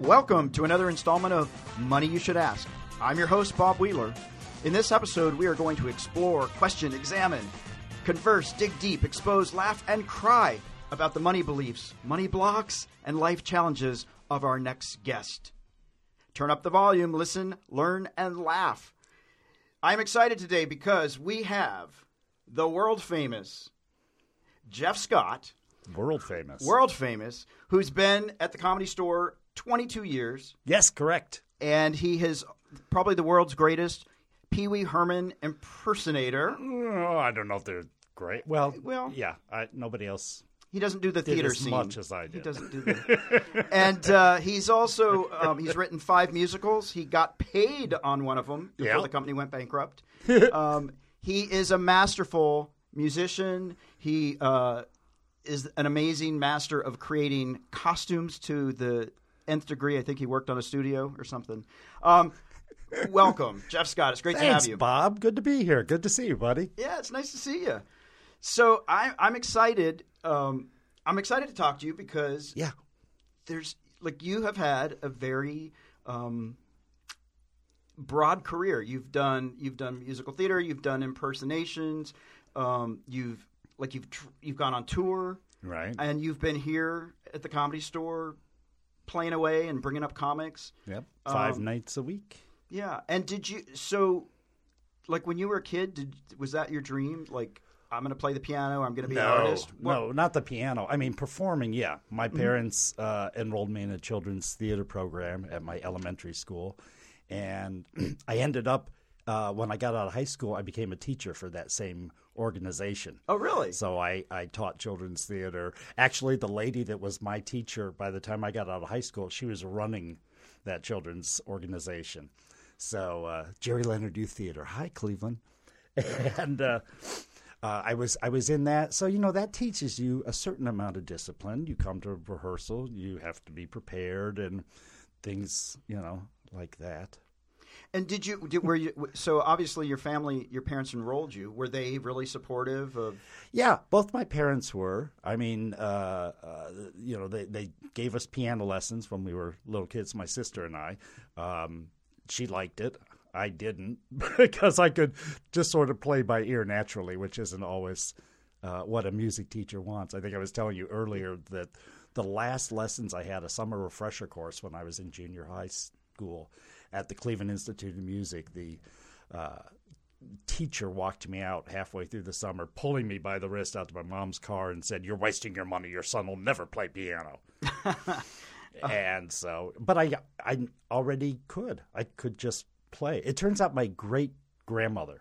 Welcome to another installment of Money You Should Ask. I'm your host, Bob Wheeler. In this episode, we are going to explore, question, examine, converse, dig deep, expose, laugh, and cry about the money beliefs, money blocks, and life challenges of our next guest. Turn up the volume, listen, learn, and laugh. I'm excited today because we have the world famous Jeff Scott, World famous. world famous, who's been at the comedy store 22 years, yes, correct. and he is probably the world's greatest Pee Wee Herman impersonator. Oh, I don't know if they're great. Well, Well- yeah. I, nobody else. He doesn't do the theater as scene much as I He did. doesn't do that. and uh, he's also um, he's written five musicals. He got paid on one of them before Yeah. the company went bankrupt. um, he is a masterful musician. He uh, is an amazing master of creating costumes to the nth degree. I think he worked on a studio or something. Um, welcome, Jeff Scott. It's great to have Thanks, you. Bob. Good to be here. Good to see you, buddy. Yeah, it's nice to see you. So I, I'm excited. Um, I'm excited to talk to you because Yeah. there's like you have had a very um, broad career. You've done you've done musical theater. You've done impersonations. Um, you've like you've tr- you've gone on tour, Right. and you've been here at the comedy store playing away and bringing up comics. yep. um, Five nights a week. Yeah, and did you so like when you were a kid? Did was that your dream? Like I'm going to play the piano. I'm going to be an artist. What- Mm-hmm. no, not the piano. I mean, performing. Yeah, my parents uh, enrolled me in a children's theater program at my elementary school, and I ended up uh, when I got out of high school, I became a teacher for that same organization. Oh, really? So I, I taught children's theater. Actually, the lady that was my teacher by the time I got out of high school, she was running that children's organization. So uh, Jerry Leonard Youth Theater. Hi, Cleveland. and uh, uh, I was I was in that. So you know that teaches you a certain amount of discipline. You come to a rehearsal, you have to be prepared, and things you know like that. And did you did, were you so obviously your family your parents enrolled you were they really supportive of Yeah, both my parents were. I mean, uh, uh, you know, they, they gave us piano lessons when we were little kids, my sister and I. Um, she liked it. I didn't because I could just sort of play by ear naturally, which isn't always uh, what a music teacher wants. I think I was telling you earlier that the last lessons I had, a summer refresher course when I was in junior high school at the Cleveland Institute of Music, the teacher walked me out halfway through the summer, pulling me by the wrist out to my mom's car and said, "You're wasting your money. Your son will never play piano." and so, but I I already could. I could just play. It turns out my great grandmother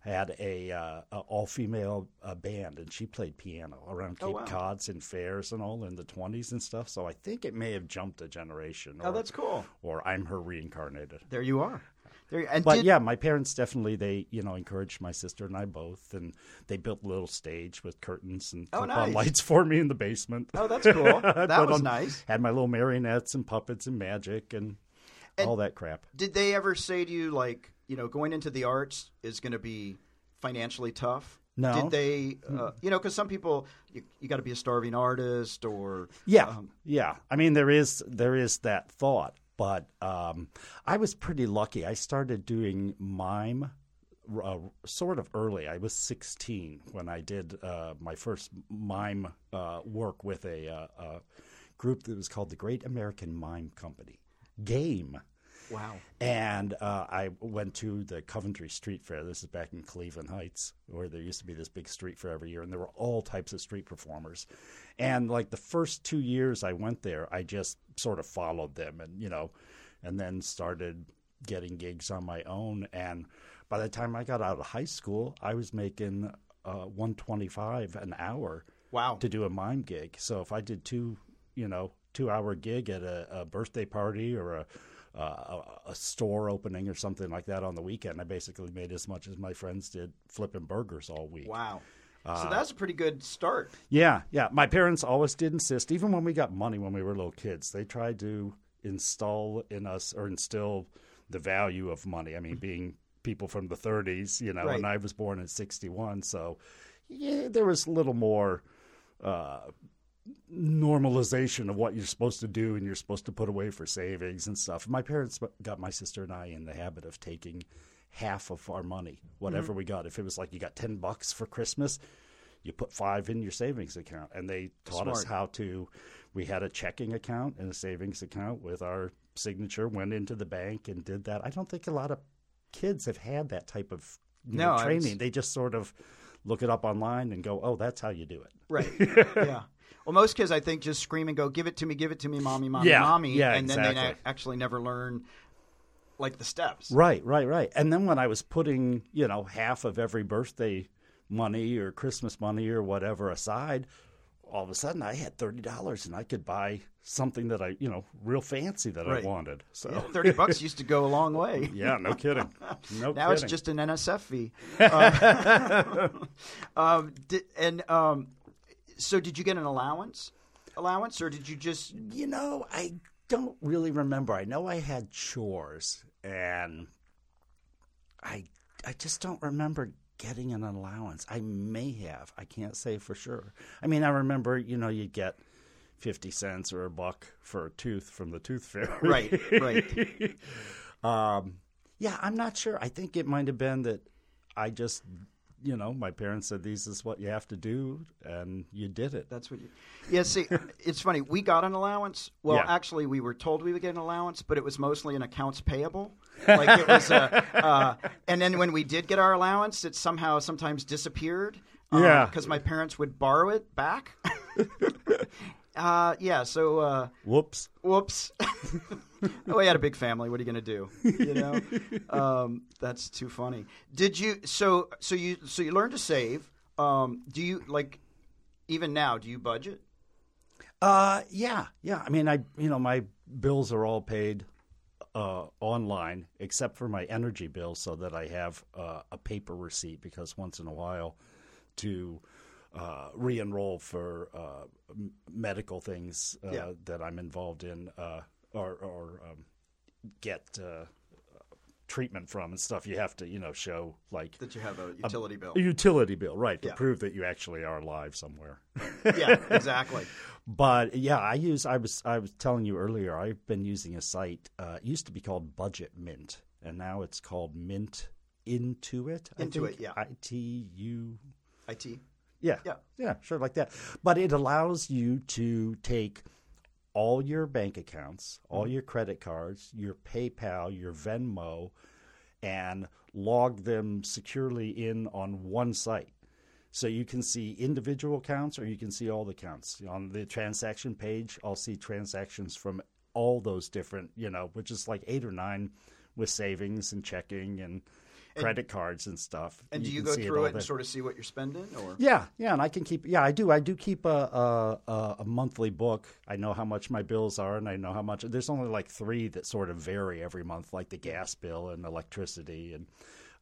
had a, uh, a all female uh, band and she played piano around Cape Oh, wow. Cod's and fairs and all in the 20s and stuff. So I think it may have jumped a generation. Or, oh that's cool Or I'm her reincarnated. there you are there you, and But did, yeah, my parents definitely they you know encouraged my sister and I both, and they built a little stage with curtains and Oh, clip-on nice. lights for me in the basement. oh that's cool I that put was on- nice Had my little marionettes and puppets and magic and, all that crap. did they ever say to you like you know going into the arts is going to be financially tough No. did they uh, you know because some people you, you got to be a starving artist or Yeah, Um, yeah. I mean, there is there is that thought, but um, I was pretty lucky. I started doing mime uh, sort of early. I was 16 when I did uh, my first mime uh, work with a, uh, a group that was called the Great American Mime Company. Game. wow And uh, I went to the Coventry Street Fair. This is back in Cleveland Heights, where there used to be this big street fair every year, and there were all types of street performers. And like the first two years I went there, I just sort of followed them, and you know, and then started getting gigs on my own. And by the time I got out of high school, I was making uh, one twenty five an hour wow to do a mime gig. So if I did two, you know, two hour gig at a, a birthday party or a, uh, a a store opening or something like that on the weekend, I basically made as much as my friends did flipping burgers all week. wow Uh, so that's a pretty good start Yeah, yeah. My parents always did insist, even when we got money when we were little kids, they tried to install in us or instill the value of money. I mean, being people from the 30s, you know, and Right. I was born in 61, so yeah, there was a little more uh, normalization of what you're supposed to do and you're supposed to put away for savings and stuff. My parents got my sister and I in the habit of taking half of our money, whatever Mm-hmm. we got. If it was like you got 10 bucks for Christmas, you put 5 in your savings account and they taught us Smart. how to we had a checking account and a savings account with our signature went into the bank and did that. I don't think a lot of kids have had that type of you know, No, it's- training. They just sort of look it up online and go, "Oh, that's how you do it." Right. yeah. Well, most kids, I think, just scream and go, "Give it to me, give it to me, mommy, mommy, Yeah. mommy," Yeah, and then they exactly. na- actually never learn like the steps. Right, right, right. And then when I was putting, you know, half of every birthday money or Christmas money or whatever aside, all of a sudden I had thirty dollars and I could buy something that I, you know, real fancy that Right. I wanted. So Yeah, Thirty bucks used to go a long way. yeah, no kidding. Now No kidding. it's just an NSF fee. Uh, um, di- and um, so, did you get an allowance? Allowance, or did you just you know, I don't really remember. I know I had chores and I I just don't remember getting an allowance. I may have. I can't say for sure. I mean, I remember, you know, you get 50 cents or a buck for a tooth from the tooth fairy. right, right? Um, yeah, I'm not sure. I think it might have been that I just, you know, my parents said, this is what you have to do, and you did it. That's what you. Yeah, see, it's funny. We got an allowance. Well, Yeah. actually, we were told we would get an allowance, but it was mostly an accounts payable. Like it was a. Uh, and then when we did get our allowance, it somehow sometimes disappeared. Yeah. Because my parents would borrow it back. uh, yeah. So. Uh, Whoops. whoops. we had a big family. What are you going to do? You know, um, that's too funny. Did you? So so you so you learned to save. Um, do you like even now? Do you budget? Uh, yeah, yeah. I mean, I you know my bills are all paid uh, online except for my energy bill, so that I have uh, a paper receipt because once in a while to uh, re-enroll for uh, m- medical things uh, Yeah. that I'm involved in uh, or or um, get. Uh, treatment from and stuff you have to you know show like That you have a utility bill. a utility bill right to Yeah. prove that you actually are alive somewhere yeah, exactly. but yeah, I use. I was. I was telling you earlier. I've been using a site. Uh, it used to be called Budget Mint, and now it's called Mint Intuit. I Intuit, think. yeah. I T U. It. Yeah. Yeah. Yeah. Sure, like that. But it allows you to take all your bank accounts, Mm-hmm. all your credit cards, your PayPal, your Venmo, and log them securely in on one site. So you can see individual accounts or you can see all the accounts. On the transaction page, I'll see transactions from all those different, you know, which is like eight or nine with savings and checking and credit cards and stuff. And do you can go see through all it, and there. sort of see what you're spending, or Yeah, yeah, and I can keep. Yeah, I do. I do keep a a, a- a monthly book. I know how much my bills are, and I know how much. There's only like three that sort of vary every month, like the gas bill and electricity, and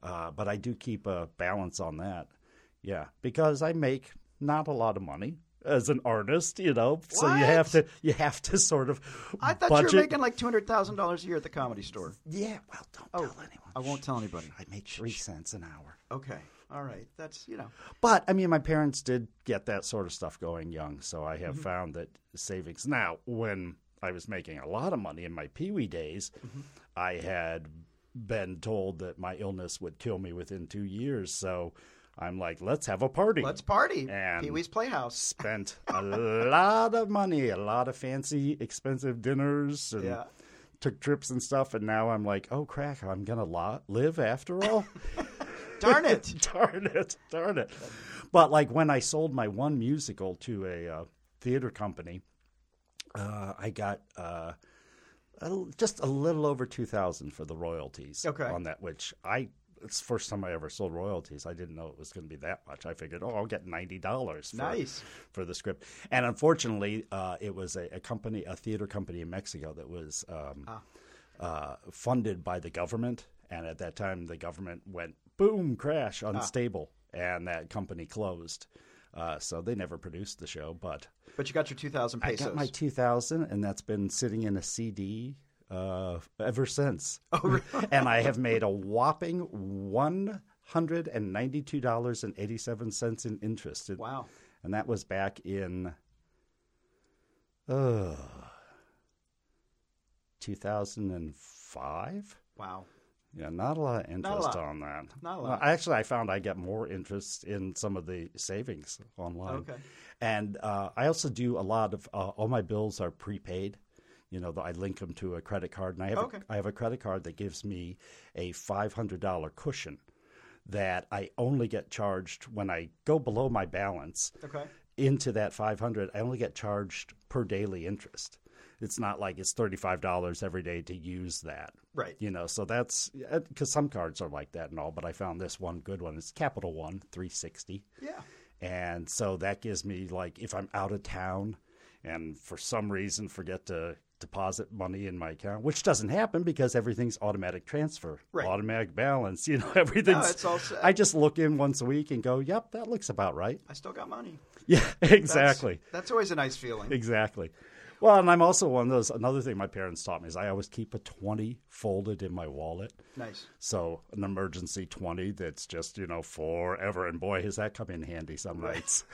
uh, but I do keep a balance on that. Yeah, because I make not a lot of money as an artist, you know. So you What? have to you have to sort of. I thought budget. you were making like two hundred thousand dollars a year at the comedy store. Yeah, well, don't Oh. tell anyone. I won't tell anybody. I make three cents an hour. Okay, all right. That's you know. But I mean, my parents did get that sort of stuff going young, so I Mm-hmm. have found that savings. Now, when I was making a lot of money in my Pee Wee days, Mm-hmm. I had been told that my illness would kill me within two years, so I'm like, let's have a party. Let's party. And- Pee Wee's Playhouse. Spent a lot of money, a lot of fancy, expensive dinners, and Yeah. took trips and stuff. And now I'm like, oh crack, I'm gonna lo- live after all. Darn it. darn it, darn it. But like when I sold my one musical to a uh, theater company, uh, I got uh, a l- just a little over two thousand for the royalties Okay. on that, which I. It's the first time I ever sold royalties. I didn't know it was going to be that much. I figured, oh, I'll get ninety dollars. Nice. for the script. And unfortunately, uh, it was a, a company, a theater company in Mexico that was um, uh, funded by the government. And at that time, the government went boom, crash, unstable, and that company closed. Uh, so they never produced the show, but But you got your two thousand I pesos. got my 2000, and that's been sitting in a CD uh, ever since. and I have made a whopping $192.87 in interest. It- Wow. And that was back in Uh, 2005? Wow. Yeah, not a lot of interest lot. on that. Not a Well, lot. actually, I found I get more interest in some of the savings online. Okay. And uh, I also do a lot of uh, all my bills are prepaid. You know, I link them to a credit card, and I have Okay. a, I have a credit card that gives me a five hundred dollar cushion that I only get charged when I go below my balance Okay. into that 500 i only get charged per daily interest it's not like it's $35 every day to use that Right. you know so that's because some cards are like that and all but i found this one good one it's capital one 360 Yeah. and so that gives me like if i'm out of town and for some reason forget to deposit money in my account which doesn't happen because everything's automatic transfer Right. automatic balance you know everything's it's all set. i just look in once a week and go yep that looks about right I still got money. yeah That's- exactly That's always a nice feeling. Exactly. Well, and I'm also one of those. Another thing my parents taught me is I always keep a 20 folded in my wallet. Nice. So an emergency 20 that's just, you know, forever. And boy, has that come in handy some nights.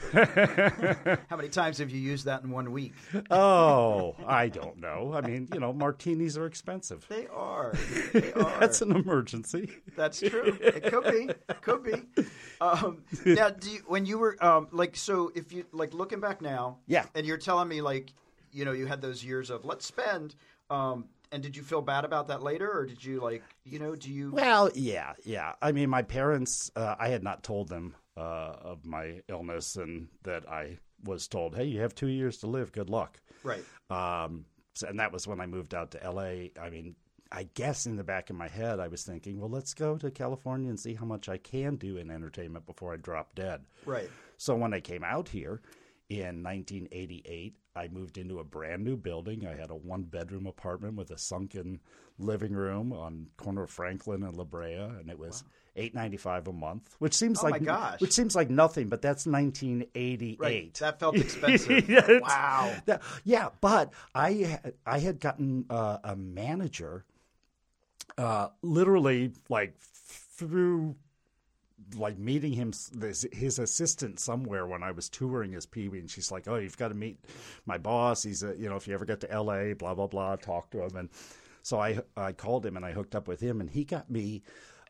How many times have you used that in one week? oh, I don't know. I mean, you know, martinis are expensive. They are. They are. That's an emergency. That's true. It could be. It could be. Um, now, do you, when you were um, like, so if you like looking back now, Yeah. and you're telling me like, you know, you had those years of let's spend, um, and did you feel bad about that later, or did you like, you know, do you? Well, yeah, yeah. I mean, my parents, uh, I had not told them uh, of my illness and that I was told, hey, you have two years to live. Good luck. Right. Um, so- and that was when I moved out to LA. I mean, I guess in the back of my head, I was thinking, well, let's go to California and see how much I can do in entertainment before I drop dead. Right. So when I came out here in 1988, I moved into a brand new building. I had a one bedroom apartment with a sunken living room on corner of Franklin and La Brea, and it was. 895 a month which seems Oh my like gosh. which seems like nothing but that's 1988 Right. That felt expensive. Yeah, it's- wow. that- yeah, but I ha- I had gotten uh, a manager, uh, literally like through like meeting him s- this, his assistant somewhere when I was touring as Pee Wee, and she's like, "Oh, you've got to meet my boss. He's a you know if you ever get to L.A., blah blah blah. Talk to him." And so I I called him and I hooked up with him, and he got me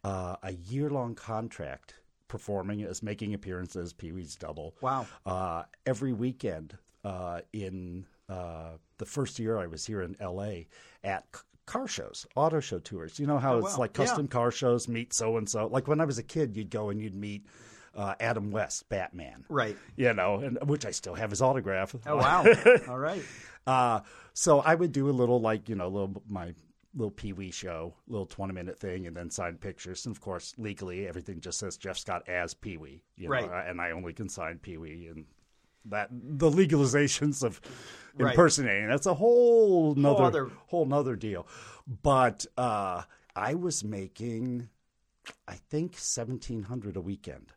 uh, a year long contract performing as making appearances Pee Wee's Double Wow. uh, every weekend uh, in uh, the first year I was here in LA at c- car shows, auto show tours. You know how it's Oh, wow. like custom car shows, meet so and so. Like when I was a kid, you'd go and you'd meet uh, Adam West, Batman. Right. You know, and which I still have his autograph. Oh wow. All right. Uh, so I would do a little like you know, little my little Pee Wee show, little twenty minute thing, and then sign pictures. And of course, legally, everything just says Jeff Scott as Pee Wee, you Right. Know, and I only can sign Pee Wee and. That the legalizations of Right. impersonating that's a whole nother whole, other- nother deal, but uh, I was making I think seventeen hundred a weekend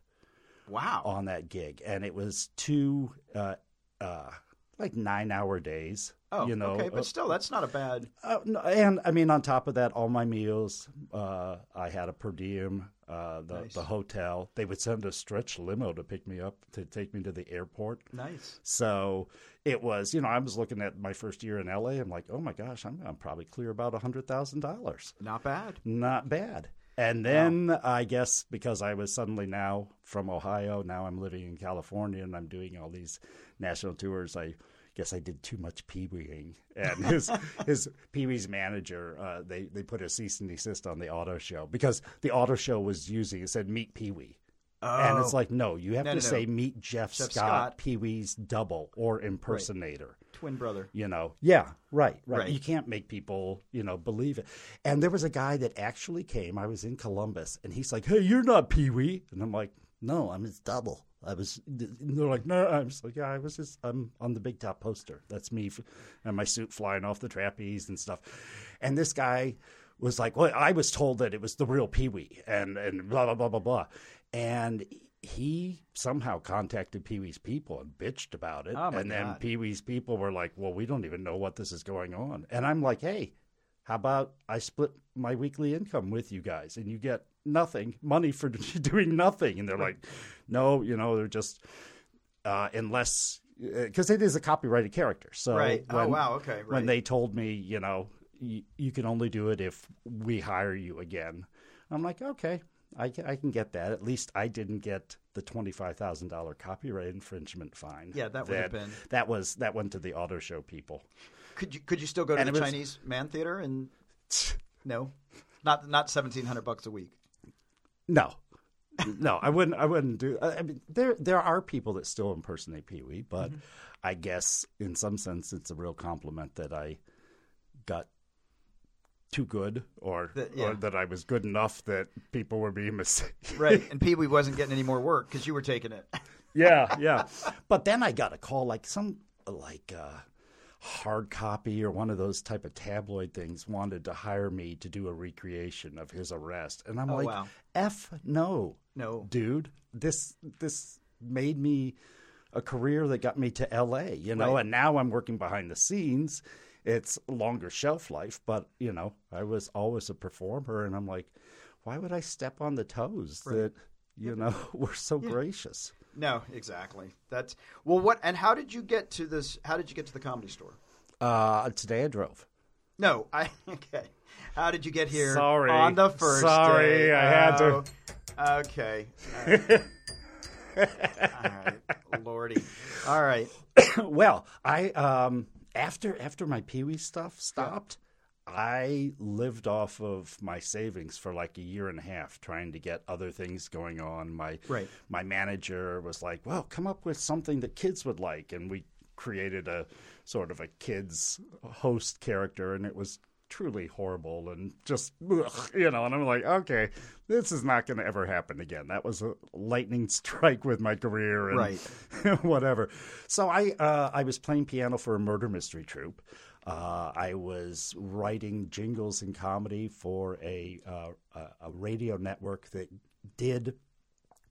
Wow. on that gig, and it was two uh, uh, like nine hour days. Oh. you know, okay. uh, But still, that's not a bad. uh, no, and I mean, on top of that, all my meals, uh, I had a per diem. Uh, the, Nice. the hotel, they would send a stretch limo to pick me up to take me to the airport. Nice. So it was, you know, I was looking at my first year in LA. I'm like, oh my gosh, I'm, I'm probably clear about a hundred thousand dollars Not bad. not bad. And then I guess because I was suddenly now from Ohio, now I'm living in California and I'm doing all these national tours. I guess I did too much Pee Weeing. And his his Pee Wee's manager, uh, they they put a cease and desist on the auto show because the auto show was using it said meet Pee Wee. And Oh. it's like, no, you have No, no, to no. say meet Jeff, Jeff Scott, Scott. Pee Wee's double or impersonator twin brother. you know yeah right, right Right. you can't make people you know believe it and there was a guy that actually came i was in columbus and he's like hey you're not pee-wee and i'm like no i'm his double i was and they're like no i'm just like yeah i was just i'm on the big top poster that's me f- and my suit flying off the trapeze and stuff and this guy was like well i was told that it was the real pee-wee and and blah blah blah blah blah and he somehow contacted Pee-wee's people and bitched about it, Oh, my and then God. Pee Wee's people were like, well, we don't even know what this is going on. And I'm like, hey, how about I split my weekly income with you guys and you get nothing, money for doing nothing? And they're like, no, you know, they're just, uh, unless because it is a copyrighted character. So Right. Oh, wow. Okay. Right. When they told me, you know, y- you can only do it if we hire you again, I'm like, okay, I can, I can get that. At least I didn't get the twenty five thousand dollar copyright infringement fine. Yeah, that would have been- that was that went to the auto show people. Could you could you still go to And the it was- Chinese man theater and no, not not seventeen hundred bucks a week. No. no, I wouldn't. I wouldn't do. I I mean, there there are people that still impersonate Pee Wee, but Mm-hmm. I guess in some sense it's a real compliment that I got too good, or, That- yeah. or that I was good enough that people were being mistaken. Right. And Pee Wee wasn't getting any more work because you were taking it. yeah, yeah. But then I got a call, like some like uh, hard copy or one of those type of tabloid things wanted to hire me to do a recreation of his arrest, and I'm like, Oh, wow. f no, No. dude, this this made me a career that got me to L.A. You know, Right. and now I'm working behind the scenes. It's longer shelf life, but you know, I was always a performer, and I'm like, why would I step on the toes that you know were so gracious? No, exactly. That's well. What and how did you get to this? How did you get to the comedy store? Uh, today I drove. No, I okay. How did you get here? Sorry. on the first. Sorry, day? I had to- Oh, Okay. All right. All right. Lordy. All right. well, I um, after after my Pee Wee stuff stopped, I lived off of my savings for like a year and a half, trying to get other things going on. My Right. my manager was like, "Well, come up with something that kids would like," and we created a sort of a kids host character, and it was truly horrible and just ugh, you know and i'm like okay this is not going to ever happen again that was a lightning strike with my career and Right. whatever. So I uh, I was playing piano for a murder mystery troupe. Uh, I was writing jingles and comedy for a uh, a- a radio network that did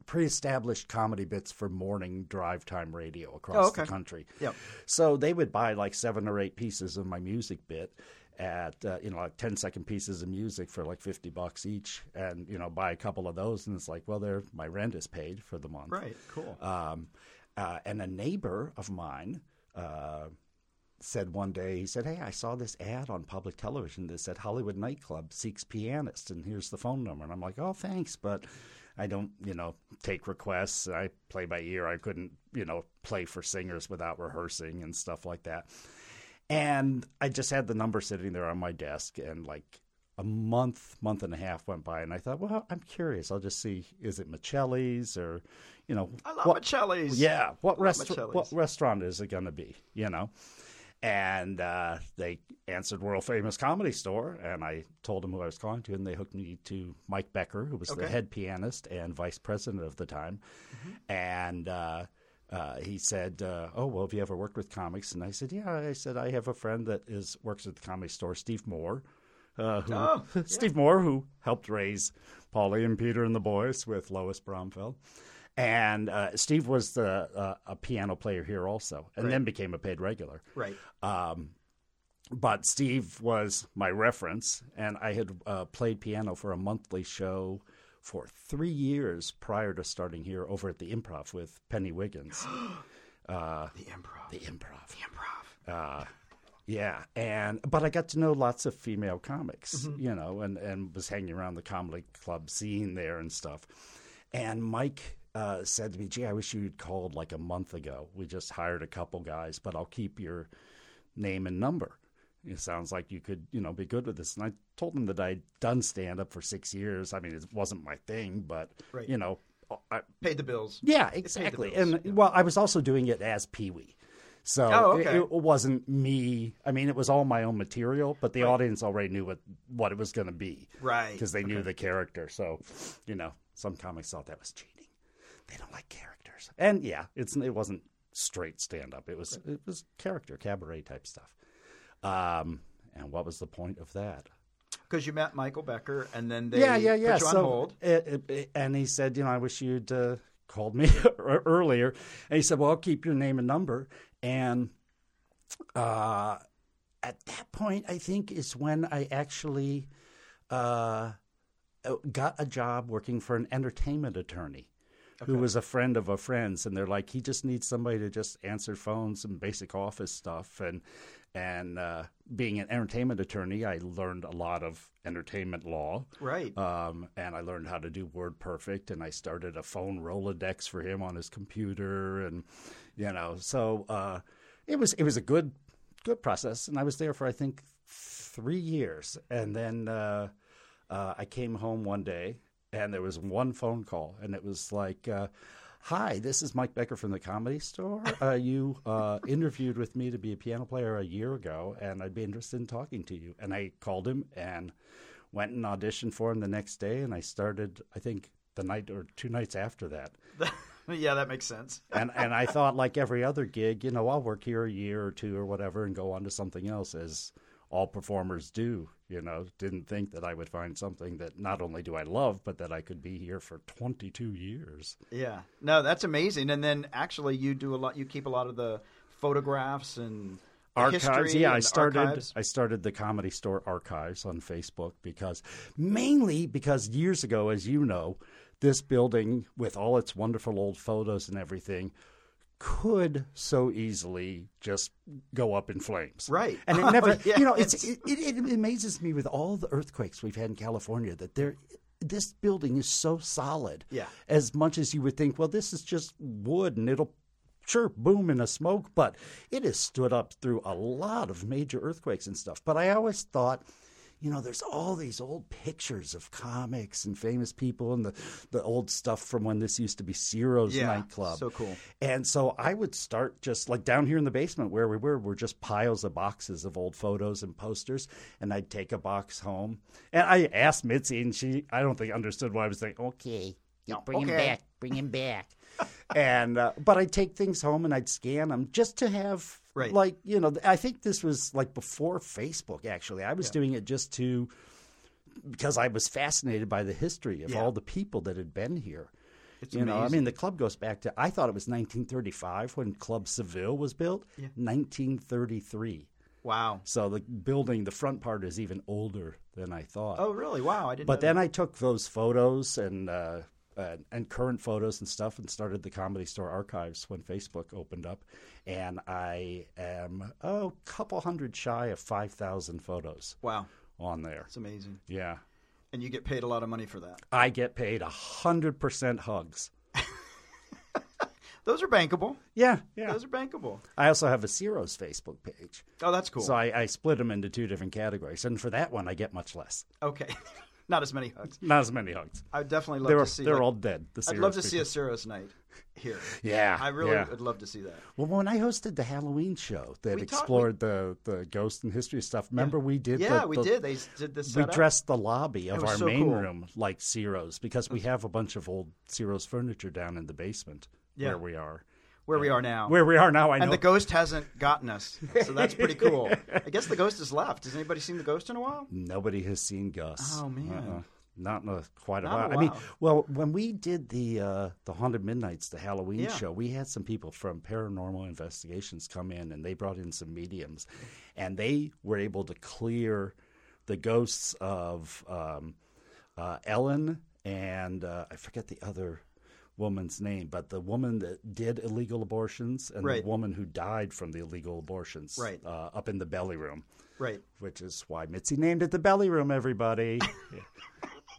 pre-established comedy bits for morning drive time radio across Oh, okay. the country. Yep. So they would buy like seven or eight pieces of my music bit at uh, you know like 10 second pieces of music for like 50 bucks each and you know buy a couple of those and it's like well there my rent is paid for the month Right. Cool. um, uh, and a neighbor of mine uh, said one day, he said, Hey, I saw this ad on public television that said Hollywood nightclub seeks pianists, and here's the phone number. And I'm like, Oh, thanks, but I don't, you know, take requests. I play by ear. I couldn't, you know, play for singers without rehearsing and stuff like that. And I just had the number sitting there on my desk, and like a month, month and a half went by, and I thought, well, I'm curious. I'll just see, is it Michelli's or, you know, I love what, Michelli's. yeah, what Michelli's. restaurant? What restaurant is it going to be? You know, and uh, they answered World Famous Comedy Store, and I told them who I was calling to, and they hooked me to Mike Becker, who was the Okay. head pianist and vice president of the time, and. Uh, uh, he said, uh, "Oh well, have you ever worked with comics?" And I said, "Yeah." I said, "I have a friend that is works at the comedy store, Steve Moore, uh, who Oh, Steve Moore, who helped raise Polly and Peter and the boys with Lois Bromfeld. And uh, Steve was the, uh, a piano player here also, and then became a paid regular. Right. Um, but Steve was my reference, and I had uh, played piano for a monthly show for three years prior to starting here over at the improv with Penny Wiggins. Uh, The improv. the improv. improv. Uh, yeah, and but I got to know lots of female comics, Mm-hmm. you know, and and was hanging around the comedy club scene there and stuff. And Mike uh, said to me, "Gee, I wish you'd called like a month ago. We just hired a couple guys, but I'll keep your name and number. It sounds like you could, you know, be good with this." And I told him that I'd done stand up for six years. I mean, it wasn't my thing, but Right. you know, uh, I, Paid the bills. yeah, paid the exactly. bills, And well, I was also doing it as Pee Wee. So Oh, it- okay. it, wasn't me. I mean, it was all my own material, but the audience already knew what, what it was going to be. Right. Because they knew the character. So, you know, some comics thought that was cheating. They don't like characters. And yeah, it's it wasn't straight stand up. It was it was character cabaret type stuff. Um, and what was the point of that? Because you met Michael Becker, and then they yeah, yeah, yeah. put you on so, hold. it- it- it- and he said, you know, I wish you'd uh, called me ear- earlier. And he said, well, I'll keep your name and number. And uh, at that point, I think is when I actually uh, got a job working for an entertainment attorney who was a friend of a friend's, and they're like, he just needs somebody to just answer phones and basic office stuff. And and uh, being an entertainment attorney, I learned a lot of entertainment law. Right. Um, and I learned how to do Word Perfect, and I started a phone Rolodex for him on his computer, and you know, so uh, it was it was a good good process, and I was there for I think three years, and then uh, uh, I came home one day, and there was one phone call, and it was like. Uh, Hi, this is Mike Becker from the Comedy Store. Uh, you uh, interviewed with me to be a piano player a year ago, and I'd be interested in talking to you. And I called him and went and auditioned for him the next day, and I started, I think, the night or two nights after that. yeah, that makes sense. And and I thought, like every other gig, you know, I'll work here a year or two or whatever, and go on to something else, as all performers do. You know, didn't think that I would find something that not only do I love, but that I could be here for 22 years. Yeah. No, that's amazing. And then actually, you do a lot. You keep a lot of the photographs and the archives. history Yeah, I and started. archives. I started the Comedy Store archives on Facebook because mainly because years ago, as you know, this building with all its wonderful old photos and everything could so easily just go up in flames. Right. Oh, And it never. yeah, You know, it's, it's- it, it, it amazes me with all the earthquakes we've had in California that there. This building is so solid. Yeah. As much as you would think, well, this is just wood and it'll sure boom in a smoke, but it has stood up through a lot of major earthquakes and stuff. But I always thought, you know, there's all these old pictures of comics and famous people and the, the old stuff from when this used to be Ciro's Yeah, nightclub. so cool. And so I would start just like down here in the basement where we were, were just piles of boxes of old photos and posters. And I'd take a box home. And I asked Mitzi, and she, I don't think understood why I was like, okay, you bring him Oh, okay. back, bring him back. and, uh, but I'd take things home and I'd scan them just to have, Right. like, you know, I think this was like before Facebook, actually. I was doing it just to, because I was fascinated by the history of Yeah. all the people that had been here. It's you know, I amazing. mean, the club goes back to I thought it was 1935 when Club Seville was built. 1933. wow. So the building, the front part, is even older than I thought. Oh, really? Wow. I didn't. But know then I took those photos and uh, and, and current photos and stuff and started the Comedy Store archives when Facebook opened up, and I am oh, couple hundred shy of five thousand photos that. Wow. on there. It's amazing. Yeah, And you get paid a lot of money for that. I get paid hundred percent hugs. Those are bankable. Yeah, yeah. Those are bankable. I also have a Ciro's Facebook page, Oh, that's cool. so I, I split them into two different categories, and for that one, I get much less, Okay. Not as many hugs. not as many hugs. I would definitely love They're to see. they're like, all dead. The I'd love Ciro's to see people. a Ciro's night here. Yeah, I really yeah. would love to see that. Well, when I hosted the Halloween show that We talked- explored the, the ghost and history stuff, remember we did Yeah, the, we the- did. They s- did this. We setup. dressed the lobby of was our so main cool. room like Ciro's because we have a bunch of old Ciro's furniture down in the basement Yeah. where we are. where we are now. Where we are now, I know. and the ghost hasn't gotten us, so that's pretty cool. I guess the ghost has left. Has anybody seen the ghost in a while? Nobody has seen Gus. Uh-uh. Oh, man. Not in a, quite a Not a while. I mean, while. well, when we did the uh, the Haunted Midnights, the Halloween Yeah. show, we had some people from paranormal investigations come in, and they brought in some mediums, and they were able to clear the ghosts of um, uh, Ellen and uh, I forget the other woman's name, but the woman that did illegal abortions and Right. the woman who died from the illegal abortions, Right. uh, up in the belly room Right which is why Mitzi named it the Belly Room. Everybody,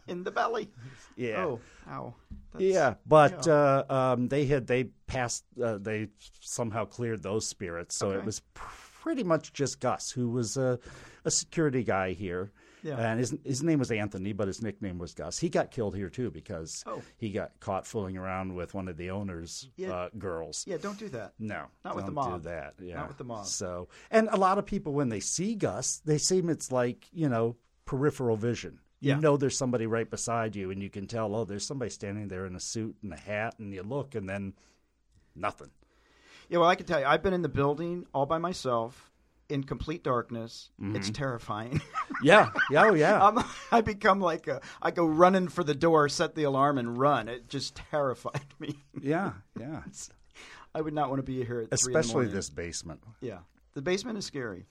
in the belly. yeah, Oh, ow. That's, yeah. But Uh, um, they had they passed uh, they somehow cleared those spirits, so it Okay. was pretty much just Gus, who was a, a security guy here. Yeah. And his his name was Anthony, but his nickname was Gus. He got killed here too because Oh. he got caught fooling around with one of the owner's Yeah. uh, girls. Yeah, don't do that. No, Not with the don't mob. Do that, yeah. with the mob. So, and a lot of people when they see Gus, they seem it's like you know peripheral vision. Yeah. You know, there's somebody right beside you, and you can tell. Oh, there's somebody standing there in a suit and a hat, and you look, and then nothing. Yeah, well, I can tell you, I've been in the building all by myself in complete darkness. It's terrifying. Yeah. Yeah. Oh, yeah. I'm, I become like a, I go running for the door, set the alarm, and run. It just terrified me. yeah. Yeah. I would not want to be here at three in the Especially morning. this basement. Yeah, the basement is scary.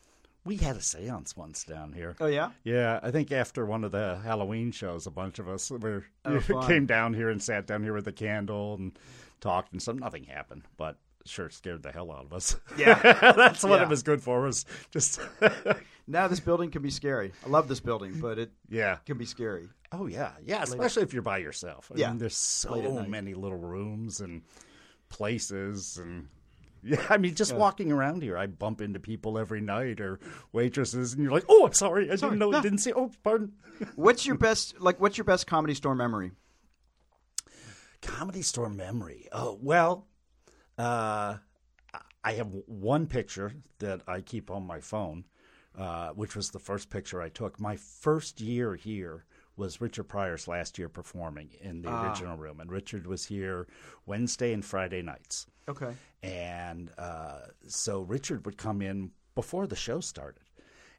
We had a séance once down here. Oh yeah. Yeah, I think after one of the Halloween shows, a bunch of us were Oh, fun. came down here and sat down here with a candle and talked, and some nothing happened, but sure scared the hell out of us. Yeah. that's what Yeah. it was good for. Was just Now this building can be scary. I love this building, but it yeah. can be scary. Oh yeah, yeah. Especially if you're by yourself. I Yeah. mean, there's Late at so night. many little rooms and places and. Yeah, I mean, just walking around here, I bump into people every night or waitresses, and you're like, "Oh, I'm sorry, I Sorry, didn't know, no. didn't see." Oh, pardon. What's your best like? What's your best comedy store memory? Comedy Store memory. Oh well, uh, I have one picture that I keep on my phone, uh, which was the first picture I took. My first year here was Richard Pryor's last year performing in the original room, and Richard was here Wednesday and Friday nights. Okay. And uh, so Richard would come in before the show started.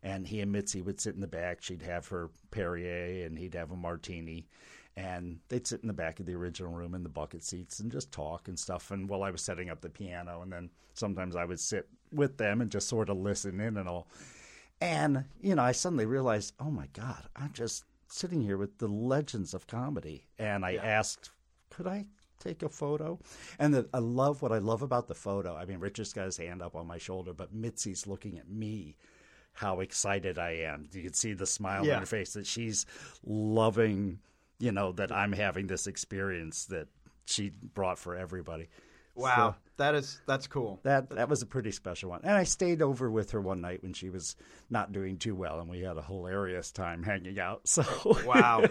And he and Mitzi would sit in the back. She'd have her Perrier and he'd have a martini. And they'd sit in the back of the original room in the bucket seats and just talk and stuff. And while I was setting up the piano, and then sometimes I would sit with them and just sort of listen in and all. And, you know, I suddenly realized, oh my God, I'm just sitting here with the legends of comedy. And I asked, could I take a photo? And the, I love what I love about the photo. I mean, Richard's got his hand up on my shoulder, but Mitzi's looking at me. How excited I am. You can see the smile Yeah. on her face that she's loving, you know, that I'm having this experience that she brought for everybody. Wow, that is that's cool. That that was a pretty special one. And I stayed over with her one night when she was not doing too well, and we had a hilarious time hanging out. So Wow.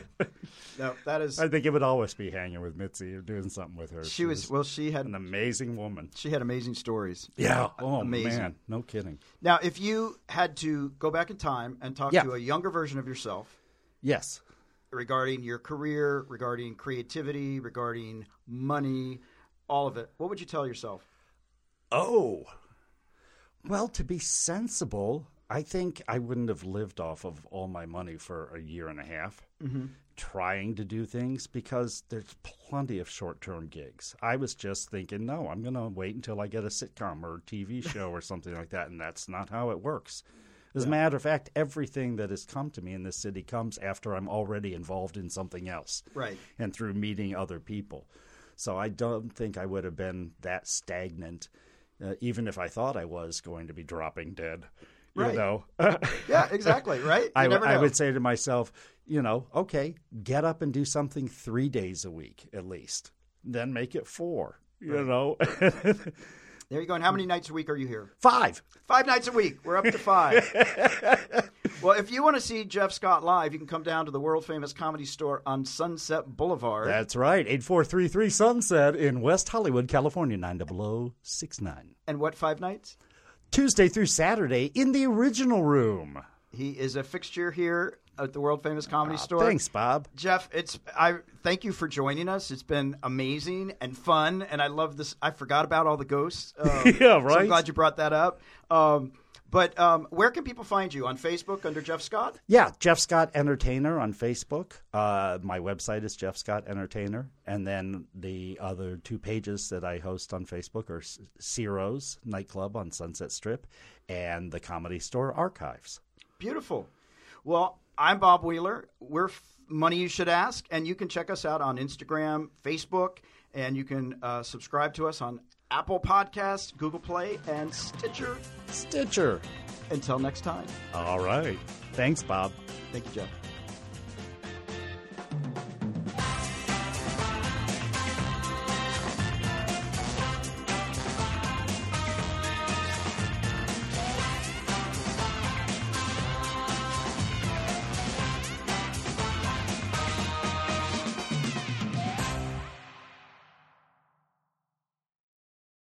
no, that is. I think it would always be hanging with Mitzi or doing something with her. She was well. She had an amazing woman. she had amazing stories. Yeah. Oh Amazing. man, no kidding. Now, if you had to go back in time and talk Yeah. to a younger version of yourself Yes. regarding your career, regarding creativity, regarding money, all of it, what would you tell yourself? Oh. Well, to be sensible, I think I wouldn't have lived off of all my money for a year and a half trying to do things because there's plenty of short term gigs. I was just thinking, no, I'm going to wait until I get a sitcom or TV show or something like that. And that's not how it works. As a matter of fact, everything that has come to me in this city comes after I'm already involved in something else Right. and through meeting other people. So I don't think I would have been that stagnant, uh, even if I thought I was going to be dropping dead. You Right. know, Yeah, exactly. Right. You I, never I know. would say to myself, you know, okay, get up and do something three days a week at least, then make it four. You know, There you go. And how many nights a week are you here? five. Five nights a week. We're up to five. well, if you want to see Jeff Scott live, you can come down to the world famous comedy store on Sunset Boulevard. That's right. Eight four three three Sunset in West Hollywood, California, nine double o six nine. and what, five nights? Tuesday through Saturday in the original room. He is a fixture here at the world famous Ah, comedy store. Thanks, Bob. Jeff, it's I thank you for joining us. It's been amazing and fun, and I love this. I forgot about all the ghosts. Um, Yeah, So I'm right? glad you brought that up. Um, but um, where can people find you on Facebook under Jeff Scott? Yeah, Jeff Scott Entertainer on Facebook. Uh, my website is Jeff Scott Entertainer, and then the other two pages that I host on Facebook are S- Ciro's Nightclub on Sunset Strip and the Comedy Store Archives. Beautiful. Well, I'm Bob Wheeler. We're F- Money You Should Ask, and you can check us out on Instagram, Facebook, and you can uh, subscribe to us on Apple Podcasts, Google Play, and Stitcher. Stitcher. Until next time, All right. Thanks, Bob. thank you, Jeff.